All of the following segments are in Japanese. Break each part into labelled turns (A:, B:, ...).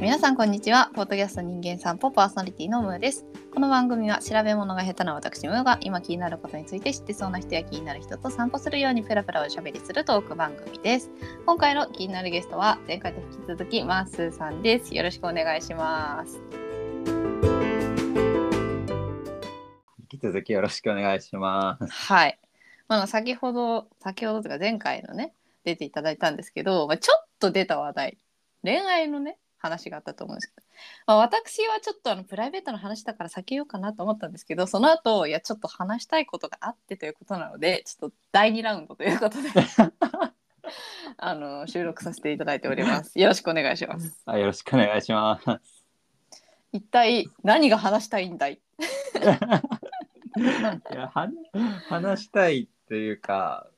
A: 皆さんこんにちはポッドキャスト人間散歩パーソナリティのムーですこの番組は調べ物が下手な私ムーが今気になることについて知ってそうな人や気になる人と散歩するようにペラペラおしゃべりするトーク番組です今回の気になるゲストは前回と引き続きマースーさんですよろしくお願いします
B: 引き続きよろしくお願いします。
A: はい、まあ、先ほど先ほどというか前回のね出ていただいたんですけど、まあ、ちょっと出た話題恋愛のね話があったと思うんですけど、まあ、私はちょっとあのプライベートの話だから避けようかなと思ったんですけどその後いやちょっと話したいことがあってということなのでちょっと第2ラウンドということで あの収録させていただいております。よろしくお願いします。
B: あよろしくお願いします。
A: 一体何が話したいんだい
B: いやは話したいというか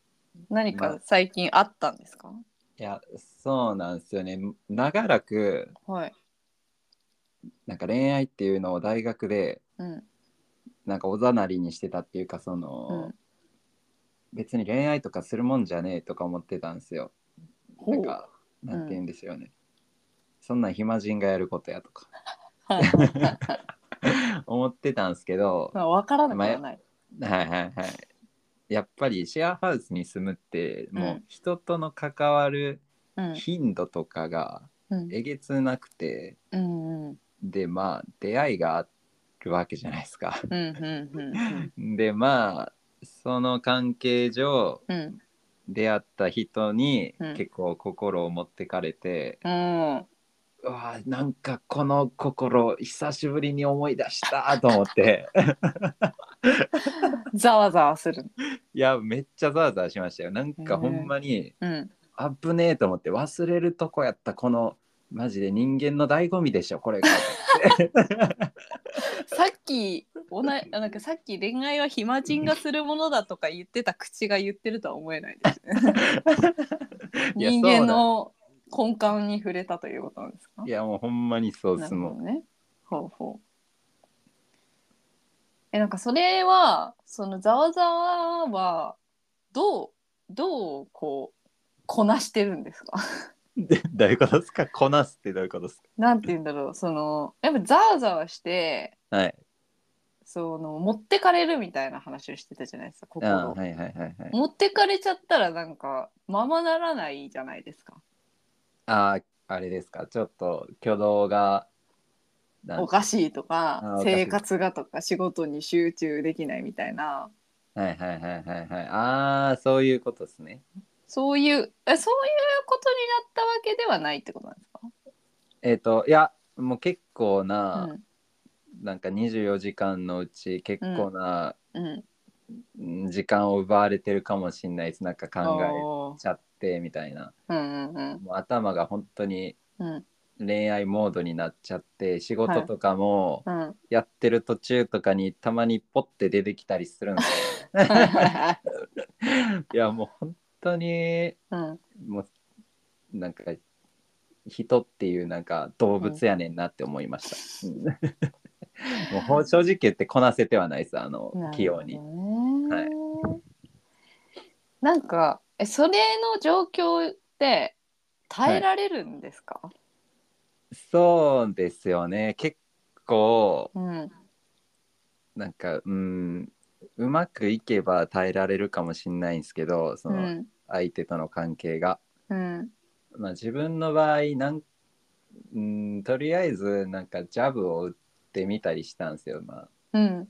A: 何か最近あったんですか、
B: いやそうなんですよね長らく
A: はい、
B: なんか恋愛っていうのを大学で
A: うん
B: なんかおざなりにしてたっていうかそうの、
A: ん、
B: 別に恋愛とかするもんじゃねえとか思ってたんですよ。なんかなんて言うんでしょうね、そんなん暇人がやることやとか
A: はい
B: 思ってたんですけど、
A: まあ、わからなくはない。
B: はいはいはい。やっぱりシェアハウスに住むっても
A: う
B: うん人との関わる
A: うん
B: 頻度とかが
A: うん
B: えげつなくて、
A: うんうん
B: でまあ出会いがあるわけじゃないですか。
A: うんうんうん
B: でまあその関係上
A: うんうん
B: 出会った人に
A: うん
B: 結構心を持ってかれて、
A: うん
B: うわーなんかこの心久しぶりに思い出したと思って
A: ざわざわする。
B: いやめっちゃざわざわしましたよなんかほんまに、
A: うん
B: あぶねえと思って忘れるとこやったこのマジで人間の醍醐味でしょこれが
A: さっきお なあなんかさっき恋愛は暇人がするものだとか言ってた口が言ってるとは思えないですね。
B: いや
A: 人間の根幹に触れたということなんですか
B: い。やもうほんまにそう
A: な
B: です
A: るほ
B: も
A: どね。ほうほう。えなんかそれはそのざわざわはどうどうこうこなしてるんですか。
B: んでどういうことですかこなすってどういうことです
A: なんて言うんだろうそのやっぱざわざわして
B: かはい
A: その持ってかれるみたいな話をしてたじゃないですか
B: あ
A: 心、
B: ーはいはいはいはい
A: 持ってかれちゃったらなんかままならないじゃないですか
B: あーあれですかちょっと挙動がなん
A: おかしいとか
B: あーおかしい
A: 生活がとか仕事に集中できないみたいな
B: はいはいはいはいはいああそういうことですね
A: そういうえそういうことになったわけではないってことなんですか
B: えっ、といやもう結構な、
A: う
B: なんか24時間のうち結構な、
A: んうん
B: うん時間を奪われてるかもしれないですなんか考え
A: おー
B: ちゃってみたいな
A: うんうん
B: もう頭が本当に
A: うんうん
B: 恋愛モードになっちゃって仕事とかも
A: うん
B: やってる途中とかにたまにポッて出てきたりするんで
A: はいはいはい
B: いやもう本当に
A: うん
B: もうなんか人っていうなんか動物やねんなって思いました、うんもうほん正直言ってこなせてはないですあの器用に
A: なるほどねなんかえそれの状況って耐えられるんですか、
B: そうですよね結構
A: うん
B: なんかうんうまくいけば耐えられるかもしれないんですけどそうの
A: ん
B: 相手との関係が、
A: うん
B: まあ、自分の場合なんうんとりあえずなんかジャブを打ってみたりしたんですよ、まあ、
A: うん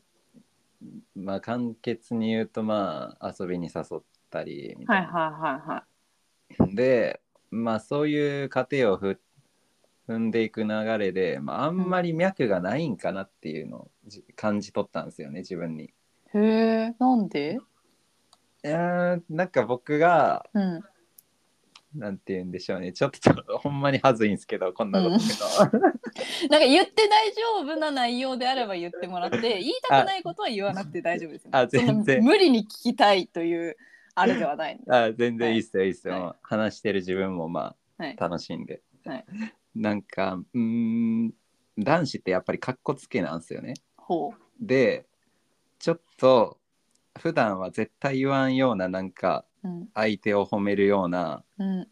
B: まあ簡潔に言うとまあ遊びに誘ったりみ
A: は
B: た
A: いはいい
B: な、
A: はいは
B: でまあそういう過程をふ踏んでいく流れで、まあ、あんまり脈がないんかなっていうのをじ感じ取ったんですよね自分に。
A: いへえなんで
B: いやーなんか僕が
A: うん
B: なんて言うんでしょうねちょっと ほんまに恥ずいんですけどこんなこと言うの
A: なんか言って大丈夫な内容であれば言ってもらって言いたくないことは言わなくて大丈夫ですよ、ね、
B: あ全然
A: その無理に聞きたいというあれではない
B: あ全然いいっすよいいっすよ、
A: はい
B: もう話してる自分もま
A: はい
B: あ楽しんで、
A: はい
B: なんかうーん男子ってやっぱりかっこつけなんですよね
A: ほう
B: でちょっと普段は絶対言わんようななんか
A: うん
B: 相手を褒めるような
A: うん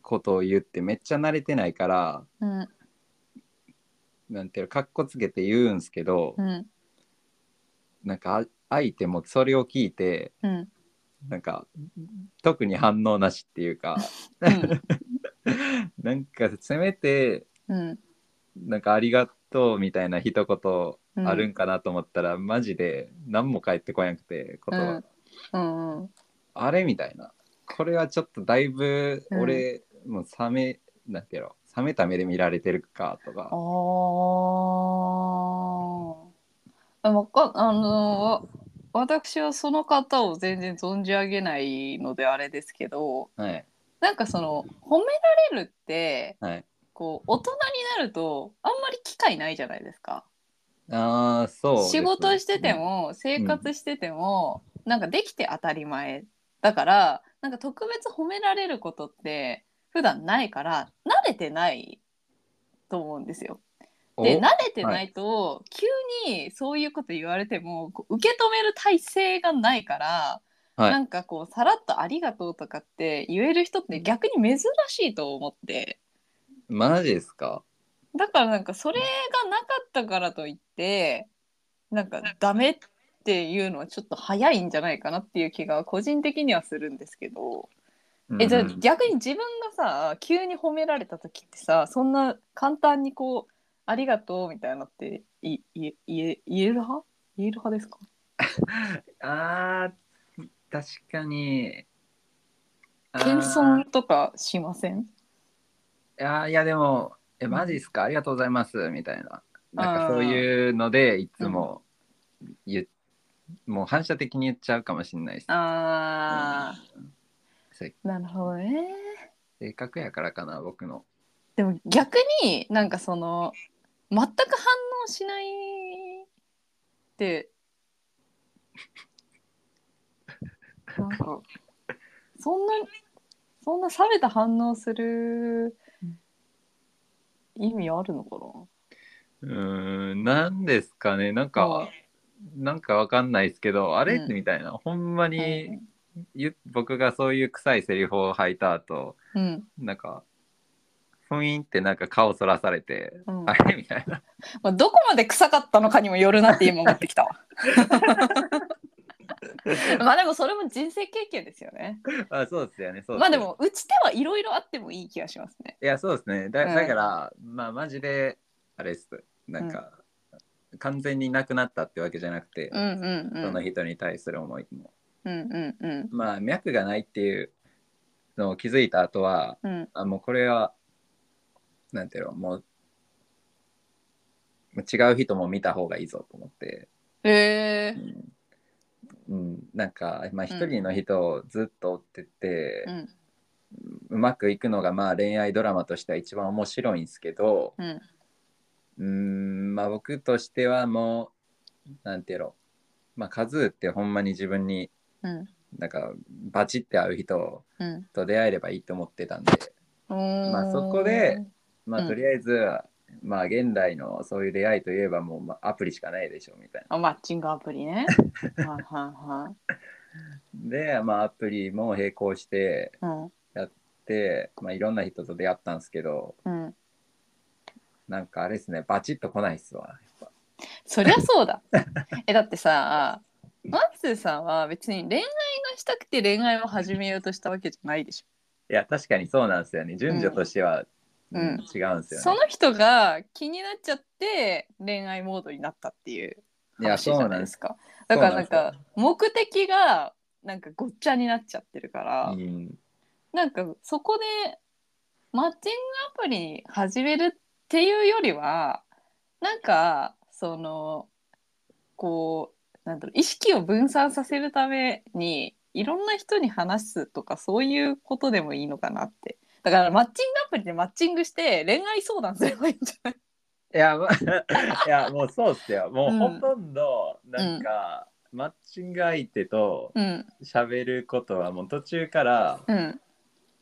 B: ことを言ってめっちゃ慣れてないから
A: うん
B: なんていうのかっこつけて言うんすけど、
A: うん
B: なんかあ相手もそれを聞いて
A: うん
B: なんか特に反応なしってい うか
A: うん
B: なんかせめて
A: うん
B: なんかありがとうみたいな一
A: う
B: 言
A: ん
B: あるんかなと思ったら、マジで何も返ってこなくて言葉、
A: うんうんうん
B: あれみたいなこれはちょっとだいぶ俺、もう冷めなんていうの冷めた目で見られてるかとか
A: ああ。わかあのわ私はその方を全然存じ上げないのであれですけど
B: はい
A: なんかその褒められるって
B: はい
A: こう大人になるとあんまり機会ないじゃないですか。
B: ああそうです
A: 仕
B: ね
A: 事してて、も生活してても、なんかできて当たり前だからなんか特別褒められることって普段ないから慣れてないと思うんですよ。
B: うん
A: で
B: お
A: 慣れてないと、急にそういうこと言われてもこう受け止める体制がないから、
B: はい
A: なんかこうさらっと「ありがとう」とかって言える人って逆に珍しいと思って
B: マジですか
A: だからなんかそれがなかったからといってなんかダメっていうのはちょっと早いんじゃないかなっていう気が個人的にはするんですけど、えじゃあ
B: うん
A: 逆に自分がさ急に褒められた時ってさそんな簡単にこう「ありがとう」みたいなのっていい言え言える派言える派ですか
B: あー確かにあー
A: 謙遜とかしません
B: いやーいやでも「えマジですかありがとうございます」みたいななんかそういうのでいつも言っもう反射的に言っちゃうかもしれないです
A: あ
B: せ
A: ーなるほどね
B: 性格やからかな僕の
A: でも逆になんかその全く反応しないってなんかそんなそんな冷めた反応する意味あるのか
B: うーんなんですかねなん
A: な
B: かなんかわかんないですけどあれ、
A: うん
B: みたいなほんま
A: はい
B: にゆ僕がそういう臭いセリフを吐いた後
A: うん
B: なんかふいんってなんか顔そらされて
A: うん
B: あれみたいな
A: まあ、どこまで臭かったのかにもよるなって今思ってき たわまあでもそれも人生経験ですよね
B: あそうですよねそうっすよね
A: まあでも打ち手はいろいろあってもいい気がしますね
B: いやそうですねだ
A: うん
B: だから、まあマジであれですなんか、完全になくなったってわけじゃなくて、
A: うんうんうん
B: その人に対する思いも
A: うんうんうん
B: まあ脈がないっていうのを気づいた後は
A: うん
B: あもうこれはなんていうのもうもう違う人も見た方がいいぞと思って、
A: へえ
B: うん、なんかまあ一人の人をずっと追ってって、
A: う
B: うんまくいくのがまあ恋愛ドラマとしては一番面白いんですけど
A: うん
B: うんまあ僕としてはもうなんていうのまあ数ってほんまに自分に
A: うん
B: なんかバチって合う人
A: うん
B: と出会えればいいと思ってたんで
A: ま
B: あそこでま
A: う
B: あ
A: ん
B: とりあえず、まあ現代のそういう出会いといえばもう、まあ、アプリしかないでしょみたいな。
A: あマッチングアプリねはいはいは
B: で、まあ、アプリも並行して
A: いうん
B: で、まあ、いろんな人と出会ったんですけど
A: うん
B: なんかあれですねバチッと来ないっすわ。
A: そりゃそう だえだってさマッツーさんは別に恋愛がしたくて恋愛を始めようとしたわけじゃないでしょ
B: いや確かにそうなんですよね順序としては、
A: うんうん
B: 違うんですよね。
A: その人が気になっちゃって恋愛モードになったっていう
B: いや
A: 話じ
B: そう
A: ゃ
B: な
A: なんい
B: で
A: ですすかだ
B: そう
A: か
B: なん
A: ら
B: で
A: なん
B: す
A: か目的がなんかごっちゃになっちゃってるから、
B: うん
A: なんかそこでマッチングアプリ始めるっていうよりはなんかそのこうなんだろう意識を分散させるためにいろんな人に話すとかそういうことでもいいのかなってだからマッチングアプリでマッチングして恋愛相談すればいいんじゃない
B: いや、まあ、 いやもうそうっすよもううんほとんどなんか、マッチング相手と
A: うん
B: 喋ることはもう途中から
A: うん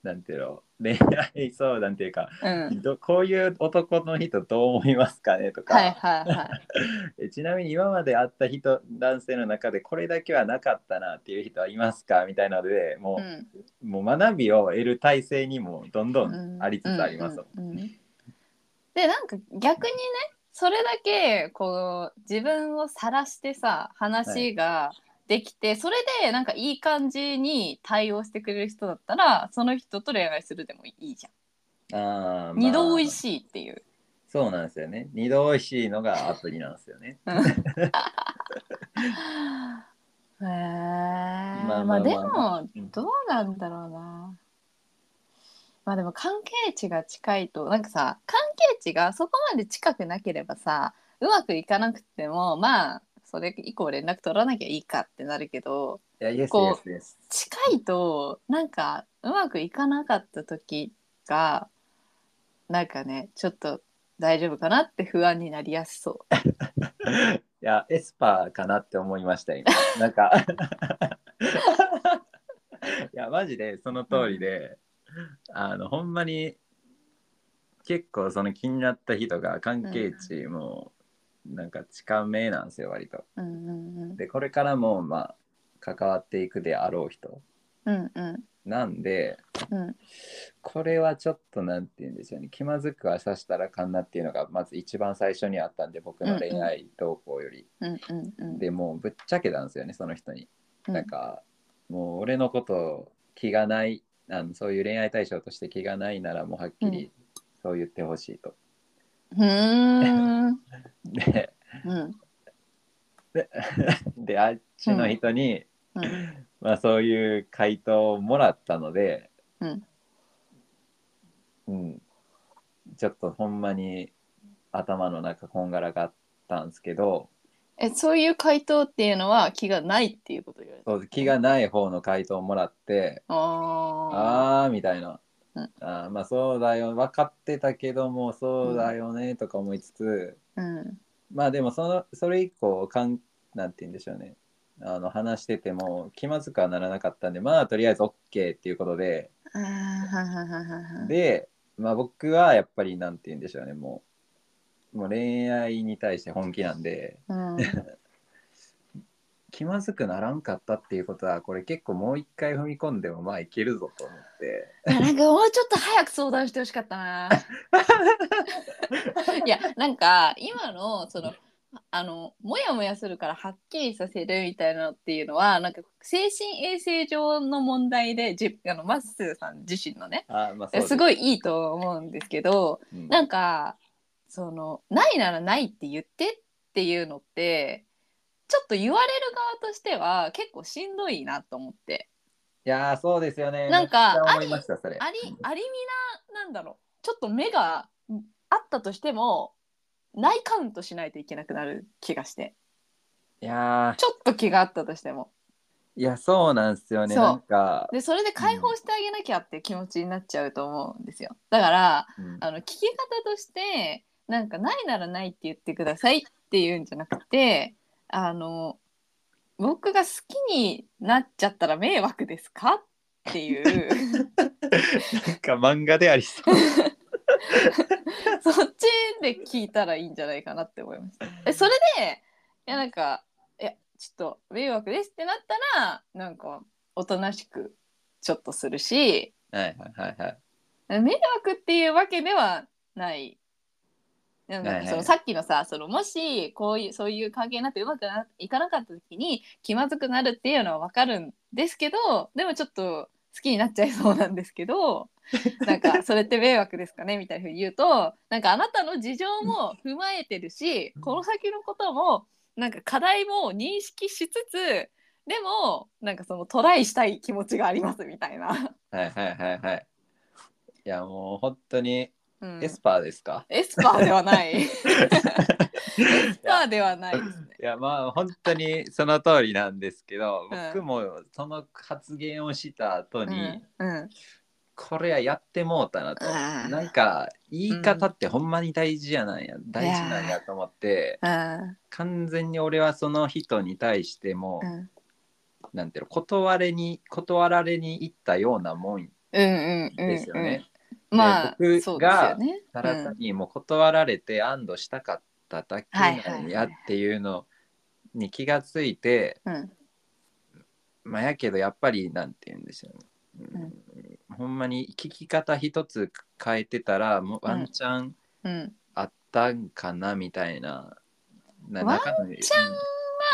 B: なんていうの恋愛相談っていうか、
A: うん。
B: どこういう男の人どう思いますかねとか、
A: はいはいはい。
B: えちなみに今まで会った人男性の中でこれだけはなかったなっていう人はいますかみたいなのでも
A: うん
B: う,、もう学びを得る体制にもどんど
A: うん
B: んありつつあります、
A: うんうんうんでなんか逆にねそれだけこう自分を晒してさ話ができて、それでなんかいい感じに対応してくれる人だったらその人と恋愛するでもいいじゃん、
B: あーまあ
A: 二度おいしいっていう
B: そうなんですよね二度おいしいのがアプリなんですよね
A: へえま
B: ま
A: あ
B: あまあまあ
A: でも
B: うん
A: どうなんだろうなまあでも関係値が近いとなんかさ関係値がそこまで近くなければさうまくいかなくてもまあそれ以降連絡取らなきゃいいかってなるけど
B: いやイエスイ
A: こ
B: エ
A: う
B: スです
A: 近いとなんかうまくいかなかった時がなんかねちょっと大丈夫かなって不安になりやすそう。
B: いやエスパーかなって思いました今 なんかいやマジでその通りで、あのほんまに結構その気になった人が関係値もなんか近めなんですよ割と
A: うんうんうん
B: でこれからもまあ関わっていくであろう人
A: うんうん
B: なんで
A: うん
B: これはちょっとなんて言うんでしょうね気まずくはさしたらあかんなっていうのがまず一番最初にあったんで僕の恋愛動向より、
A: うんうんうん
B: でもうぶっちゃけたんですよねその人に。
A: うん
B: なんか、もう俺のこと気がないあのそういう恋愛対象として気がないならもうはっきりそう言ってほしいと。
A: うーん。
B: で
A: うん。
B: であっちの人に、
A: うん。
B: まあ、そういう回答をもらったので、
A: うん
B: うんちょっとほんまに頭の中こんがらがったんですけど
A: え、そういう回答っていうのは気がないっていうこと言われた。
B: そう気がない方の回答をもらって
A: ああ。
B: あーみたいな、
A: うん
B: あーまあそうだよ分かってたけどもそうだよねとか思いつつ、
A: うん。
B: まあでもそのそれ以降かんなんて言うんでしょうねあの話してても気まずくはならなかったんでまあとりあえず OK っていうことで、
A: ああ、はいはいはいはいはい。
B: で、まあ、僕はやっぱりなんて言うんでしょうねもうもう恋愛に対して本気なんで
A: うん。
B: 気まずくならんかったっていうことはこれ結構もう一回踏み込んでもまあいけるぞと思って。
A: なんかもうちょっと早く相談してほしかったな。 いやなんか今のそのあのモヤモヤするからはっきりさせるみたいなのっていうのはなんか精神衛生上の問題でじあのマッスーさん自身のね
B: あーまあそうです
A: すごいいいと思うんですけど
B: うん
A: なんかそのないならないって言ってっていうのってちょっと言われる側としては結構しんどいなと思って
B: いやーそうですよね。
A: なんか
B: めっちゃ思いましたそれ。
A: ありありみななんだろうちょっと目があったとしてもないカウントしないといけなくなる気がして
B: いやー
A: ちょっと気があったとしても
B: いやそうなんですよね。
A: そう
B: なんか、
A: でそれで解放してあげなきゃって気持ちになっちゃうと思うんですよだから
B: うん
A: あの聞き方としてなんかないならないって言ってくださいっていうんじゃなくてあの僕が好きになっちゃったら迷惑ですかっていう
B: なんか漫画であり そう。
A: そっちで聞いたらいいんじゃないかなって思いました。えそれでいやなんかいやちょっと迷惑ですってなったらなんかおとなしくちょっとするし
B: はいはいはいはい。
A: 迷惑っていうわけではない。なんか
B: はいはい
A: そのさっきのさそのもしこういうそういう関係になってうまくないかなかった時に気まずくなるっていうのは分かるんですけどでもちょっと好きになっちゃいそうなんですけ どなんかそれって迷惑ですかねみたいなふうに言うとなんかあなたの事情も踏まえてるしこの先のこともなんか課題も認識しつつでもなんかそのトライしたい気持ちがありますみたいな。
B: はいはいはいはい。いやもう本当に
A: うん
B: エスパーですか、
A: エスパーではない。エ スパーではないですね。
B: いやまあ本当にその通りなんですけど、
A: うん
B: 僕もその発言をした後に、
A: うん、うん、
B: これはやってもうたなと、
A: うん
B: なんか言い方ってほんまに大事やなんや、大事なんやと思って
A: あ
B: 完全に俺はその人に対しても
A: ー、うん、
B: なんていうの断れに断られに行ったようなもん
A: うんうんうんうん。
B: ですよね。
A: まあ、
B: で
A: そう
B: 僕
A: ですよ
B: が
A: ね。
B: ただ単にもう断られて安堵したかっただけな
A: は
B: ん
A: いはいは
B: や
A: い
B: っていうのに気がついて、
A: うんうん
B: まあやけどやっぱりなんて言うんでしょうね、うんほんまに聞き方一つ変えてたらもうワンチャン
A: うん。
B: あったんかなみたいな。な
A: ワン
B: 中の
A: チャン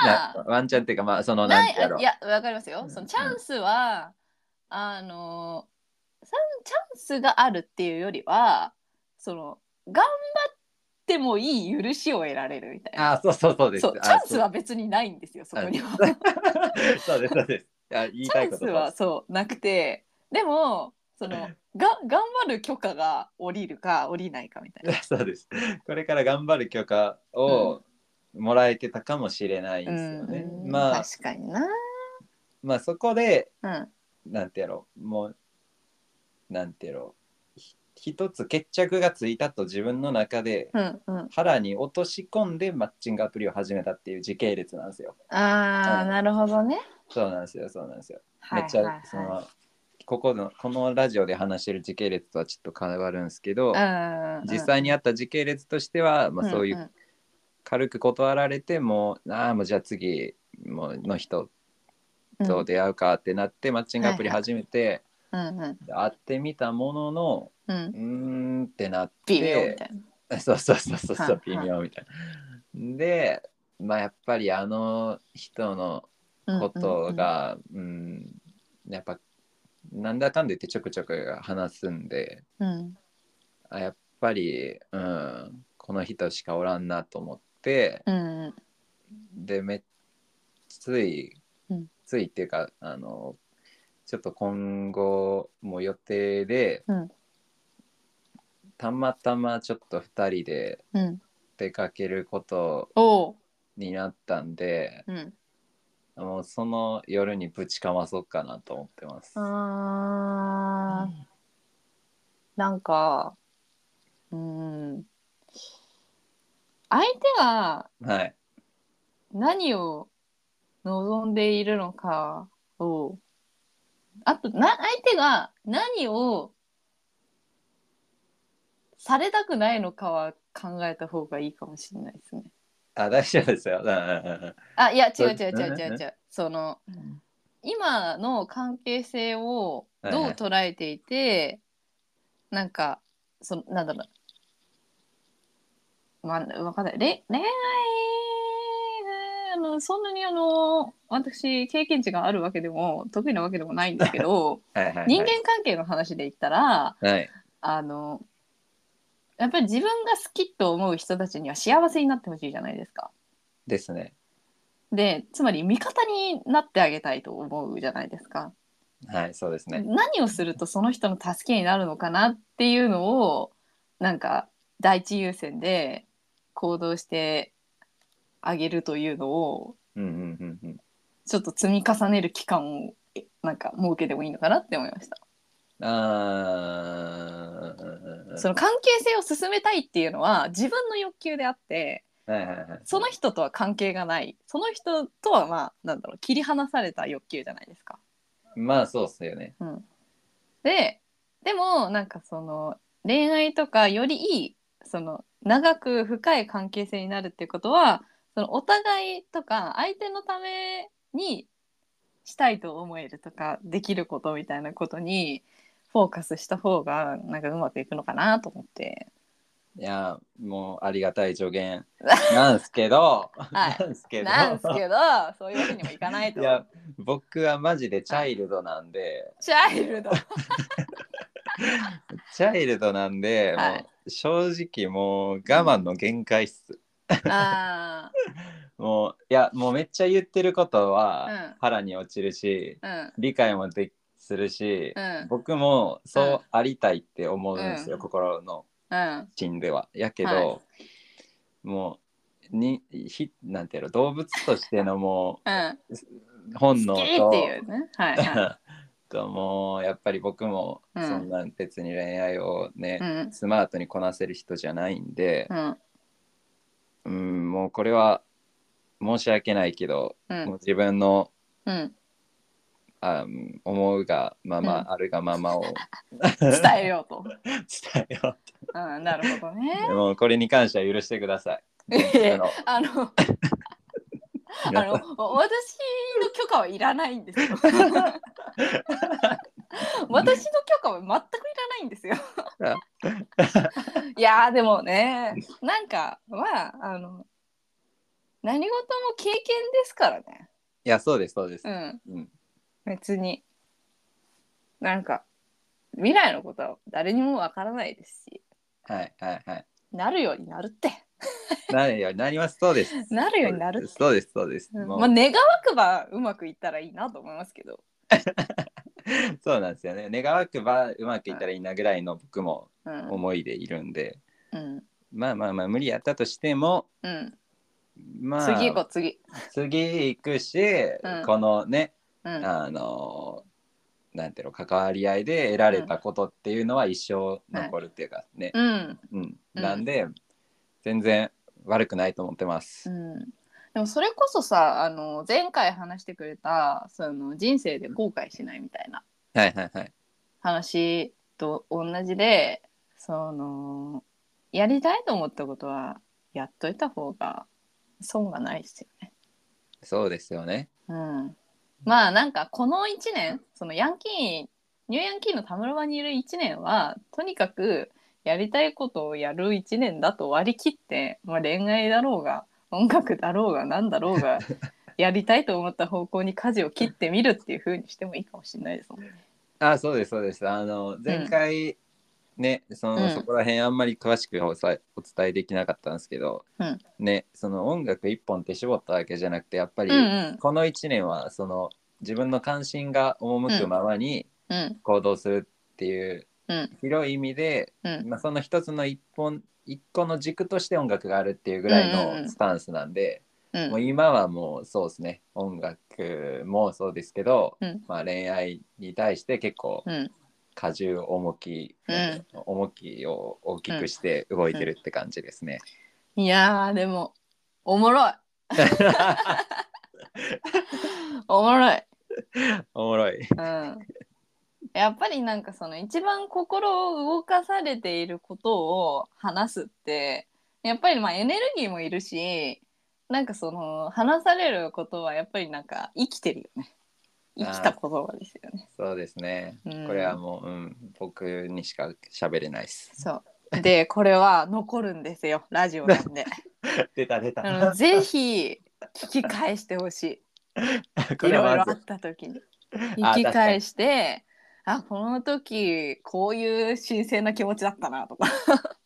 A: は
B: なワンチャンっていうかまあその
A: な
B: なん
A: い
B: てやろ
A: あいやわかりますよ、
B: うん
A: そのチャンスは、あのさんチャンスがあるっていうよりはその頑張ってもいい許しを得られるみたいな
B: あそうそうそうです
A: そうチャンスは別にないんですよそこには。
B: あそうそうですそうですあ言い
A: チ
B: た
A: ャ
B: い
A: ン
B: こ
A: ス
B: とと
A: はそうなくてでもそのが頑張る許可が降りるか降りないかみたいな。
B: そうです。これから頑張る許可をもらえてたかもしれないですよね。
A: うん
B: まあ、
A: 確かにな、
B: まあそこで、
A: うん
B: なんてやろう、もう、なんてやろう、ひ一つ決着がついたと自分の中で
A: うんうん、
B: 腹に落とし込んでマッチングアプリを始めたっていう時系列なんですよ。
A: あー、
B: うん
A: なるほどね。
B: そうなんですよ、そうなんですよ。
A: は
B: め
A: い
B: っち
A: はい
B: ゃ
A: はい
B: その、ここの、このラジオで話してる時系列とはちょっと変わるんですけど、
A: うんうんうん
B: 実際にあった時系列としては、まあそういう
A: うんうん
B: 軽く断られてもうああもうじゃあ次もうの人と出会うかってなって、マッチングアプリ始めて、
A: うんうん
B: 会ってみたものの
A: うん
B: うーんってなっ
A: 微妙み
B: て
A: たいな。
B: そうそうそうそう
A: はい
B: そ
A: はい
B: う微妙みたいな。でまあやっぱりあの人のことがうんやっぱなんだかんだ言ってちょくちょく話すんで
A: うんうん
B: あやっぱり、うん、この人しかおらんなと思って。
A: うんうん
B: でめつい、
A: うん
B: ついっていうかあのちょっと今後も予定で、
A: うん
B: たまたまちょっと2人で
A: うん
B: 出かけること
A: おう
B: になったんで
A: うん
B: もうその夜にぶちかまそうかなと思ってます。
A: あーなんかうん相手が
B: はい、
A: 何を望んでいるのかをあとな相手が何をされたくないのかは考えた方がいいかもしれないですね。
B: あ大丈夫ですよ。うんうん
A: あいや違う
B: そう
A: 違う違う違う違うその今の関係性をどう捉えていて、なんかそのなんだろうまあわかんないれ恋愛あのそんなにあの私経験値があるわけでも得意なわけでもないんですけど
B: うん はいはいはい
A: 人間関係の話で言ったら
B: はい
A: あのやっぱり自分が好きと思う人たちには幸せになってほしいじゃないですか。
B: ですね。
A: でつまり味方になってあげたいと思うじゃないですか、
B: はいそうですね。
A: 何をするとその人の助けになるのかなっていうのをなんか第一優先で行動してあげるというのを
B: うんうんうんうん。
A: ちょっと積み重ねる期間をえなんか設けてもいいのかなって思いました、
B: あー
A: その関係性を進めたいっていうのは自分の欲求であって
B: はいはいはい。
A: その人とは関係がないその人とはまあなんだろう切り離された欲求じゃないですか
B: まあそうっすよね。
A: うん、ででもなんかその恋愛とかよりいいその長く深い関係性になるっていうことはそのお互いとか相手のためにしたいと思えるとかできることみたいなことにフォーカスした方がなんかうまくいくのかなと思って
B: いやもうありがたい 助言なんすけど、
A: はい
B: なんすけど
A: なんですけどそういうわけにもいかないと
B: いや 僕はマジでチャイルドなんで、
A: チャイ ルド
B: チャイルドなんで、
A: はい
B: もう正直もう我慢の限界っす。
A: あ
B: もういやもうめっちゃ言ってること
A: うん
B: は腹に落ちるし、
A: ーうん
B: 理解もでするし、
A: うん
B: 僕もそうありたいって思うんですよ、
A: うん
B: 心の
A: うん
B: 心では。やけど、
A: は
B: もうにひなんていうの動物としてのもう
A: うん
B: 本能
A: 好きって
B: と
A: いうねはいは
B: ともうやっぱり僕も
A: うん
B: そんな別に恋愛をね、
A: いうん
B: スマートにこなせる人じゃないんで
A: う、ん
B: うん、もうこれは申し訳ないけど、
A: うん
B: もう自分の
A: うん
B: あうん思うがまま、
A: う
B: あるがままを
A: 伝えようと。
B: 伝えよ
A: うん、なるほどね
B: う。もうこれに関しては許してく ださい。
A: え
B: あの
A: あの、あ
B: 皆
A: の、
B: さ
A: 私
B: ん
A: の許可はいらないんですよ。私の許可は全くいらないんですよ。 いやー、でもね、なんか、まあ、あの。何事も経験ですからね。
B: いやそうですそうです。
A: うん、
B: うん
A: 別に。なんか。未来のことは誰にもわからないですし。
B: はいはいはい。
A: なるようになるって。
B: なるようになりますそうです。
A: なるようになるって。
B: そうですそうです。
A: うん
B: もう
A: まあ、願わくばうまくいったらいいなと思いますけど。
B: そうなんですよね。願わくばうまくいったらいいなぐらいの僕も
A: うん。
B: 思いでいるんで、
A: うん。
B: まあまあまあ無理やったとしても、
A: うん。
B: まあ
A: 次行こう、次。
B: 次行くし、
A: ん
B: このね
A: うん。
B: あのなんていうの関わり合いで得られたことっていうのは一生残るっていうかね、
A: うん。
B: うんなんで、全然悪くないと思ってます。
A: うん。でもそれこそさあの前回話してくれたその人生で後悔しないみたいな
B: はいはいはい。
A: 話と同じでそのやりたいと思ったことはやっといた方が損がないですよね。
B: そうですよね。
A: うん、まあなんかこの1年そのヤンキーニューヤンキーの田村場にいる1年はとにかくやりたいことをやる1年だと割り切って、まあ、恋愛だろうが音楽だろうが何だろうがやりたいと思った方向に舵を切ってみるっていう風にしてもいいかもしれないですもんね。
B: あそうですそうです。あの前回、ねその、
A: うん
B: そこら辺あんまり詳しくおさお伝えできなかったんですけど、
A: うん
B: ねその音楽一本って絞ったわけじゃなくてやっぱり、
A: うんうん
B: この1年はその自分の関心が赴くままに
A: うん
B: 行動するっていう
A: うん
B: 広い意味で、
A: うん
B: まあ、その一つの一本一個の軸として音楽があるっていうぐら
A: うんうんう
B: い
A: ん
B: のスタンスなんで、
A: うん
B: もう今はもうそうですね音楽もそうですけど、
A: うん
B: まあ、恋愛に対して結構
A: うん
B: 荷重重き、
A: うん
B: 重きを大きくして動いてるって感じですね。
A: いやーでもおも ろいおもろい。
B: おもろい。
A: うんやっぱりなんかその一番心を動かされていることを話すってやっぱりまあエネルギーもいるしなんかその話されることはやっぱりなんか生きてるよね生きた言葉ですよね。
B: そうですね。
A: うん
B: これはもう、うん、僕にしか喋れないです。
A: そうでこれは残るんですよラジオなん で
B: 出た出た。
A: あのぜひ聞き返してほしい。
B: こ
A: い
B: れ
A: ろい
B: は
A: ろ
B: ま
A: あ
B: ず
A: った時に
B: あ
A: 生き返してあこの時こういう神聖な気持ちだったなとか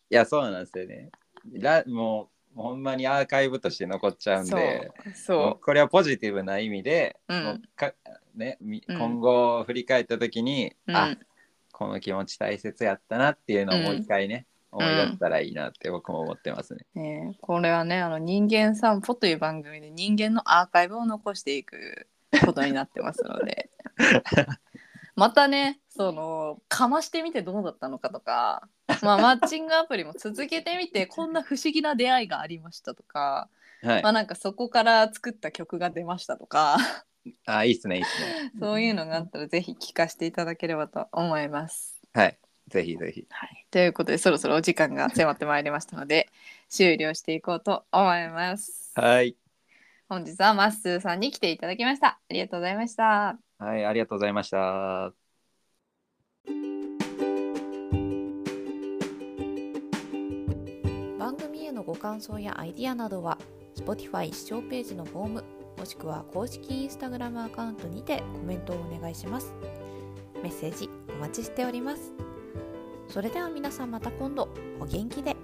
B: いやそうなんですよね。らもうほんまにアーカイブとして残っちゃうんで、も
A: そう
B: これはポジティブな意味で、
A: うん
B: もうかねみ
A: うん
B: 今後振り返った時に、
A: うん
B: あこの気持ち大切やったなっていうのを
A: うん
B: もう一回ね、思い出したらいいなって僕も思ってますね。
A: う、ねえ、これはねあの「人間散歩」という番組で人間のアーカイブを残していくことになってますの でまたねそのかましてみてどうだったのかとか、まあ、マッチングアプリも続けてみてこんな不思議な出会いがありましたとか、
B: はい
A: ま。あ、なんかそこから作った曲が出ましたとか。
B: あいいっすねいいっすね。
A: そういうのがあったらぜひ聞かせていただければと思います。
B: はい。ぜひぜひ。
A: はい、ということでそろそろお時間が迫ってまいりましたので終了していこうと思います。
B: はい。
A: 本日はまっすーさんに来ていただきました。ありがとうございました。
B: はいありがとうございました。
C: 番組へのご感想やアイディアなどは Spotify 視聴ページのフォームもしくは公式 Instagram アカウントにてコメントをお願いしますメッセージお待ちしておりますそれでは皆さんまた今度お元気で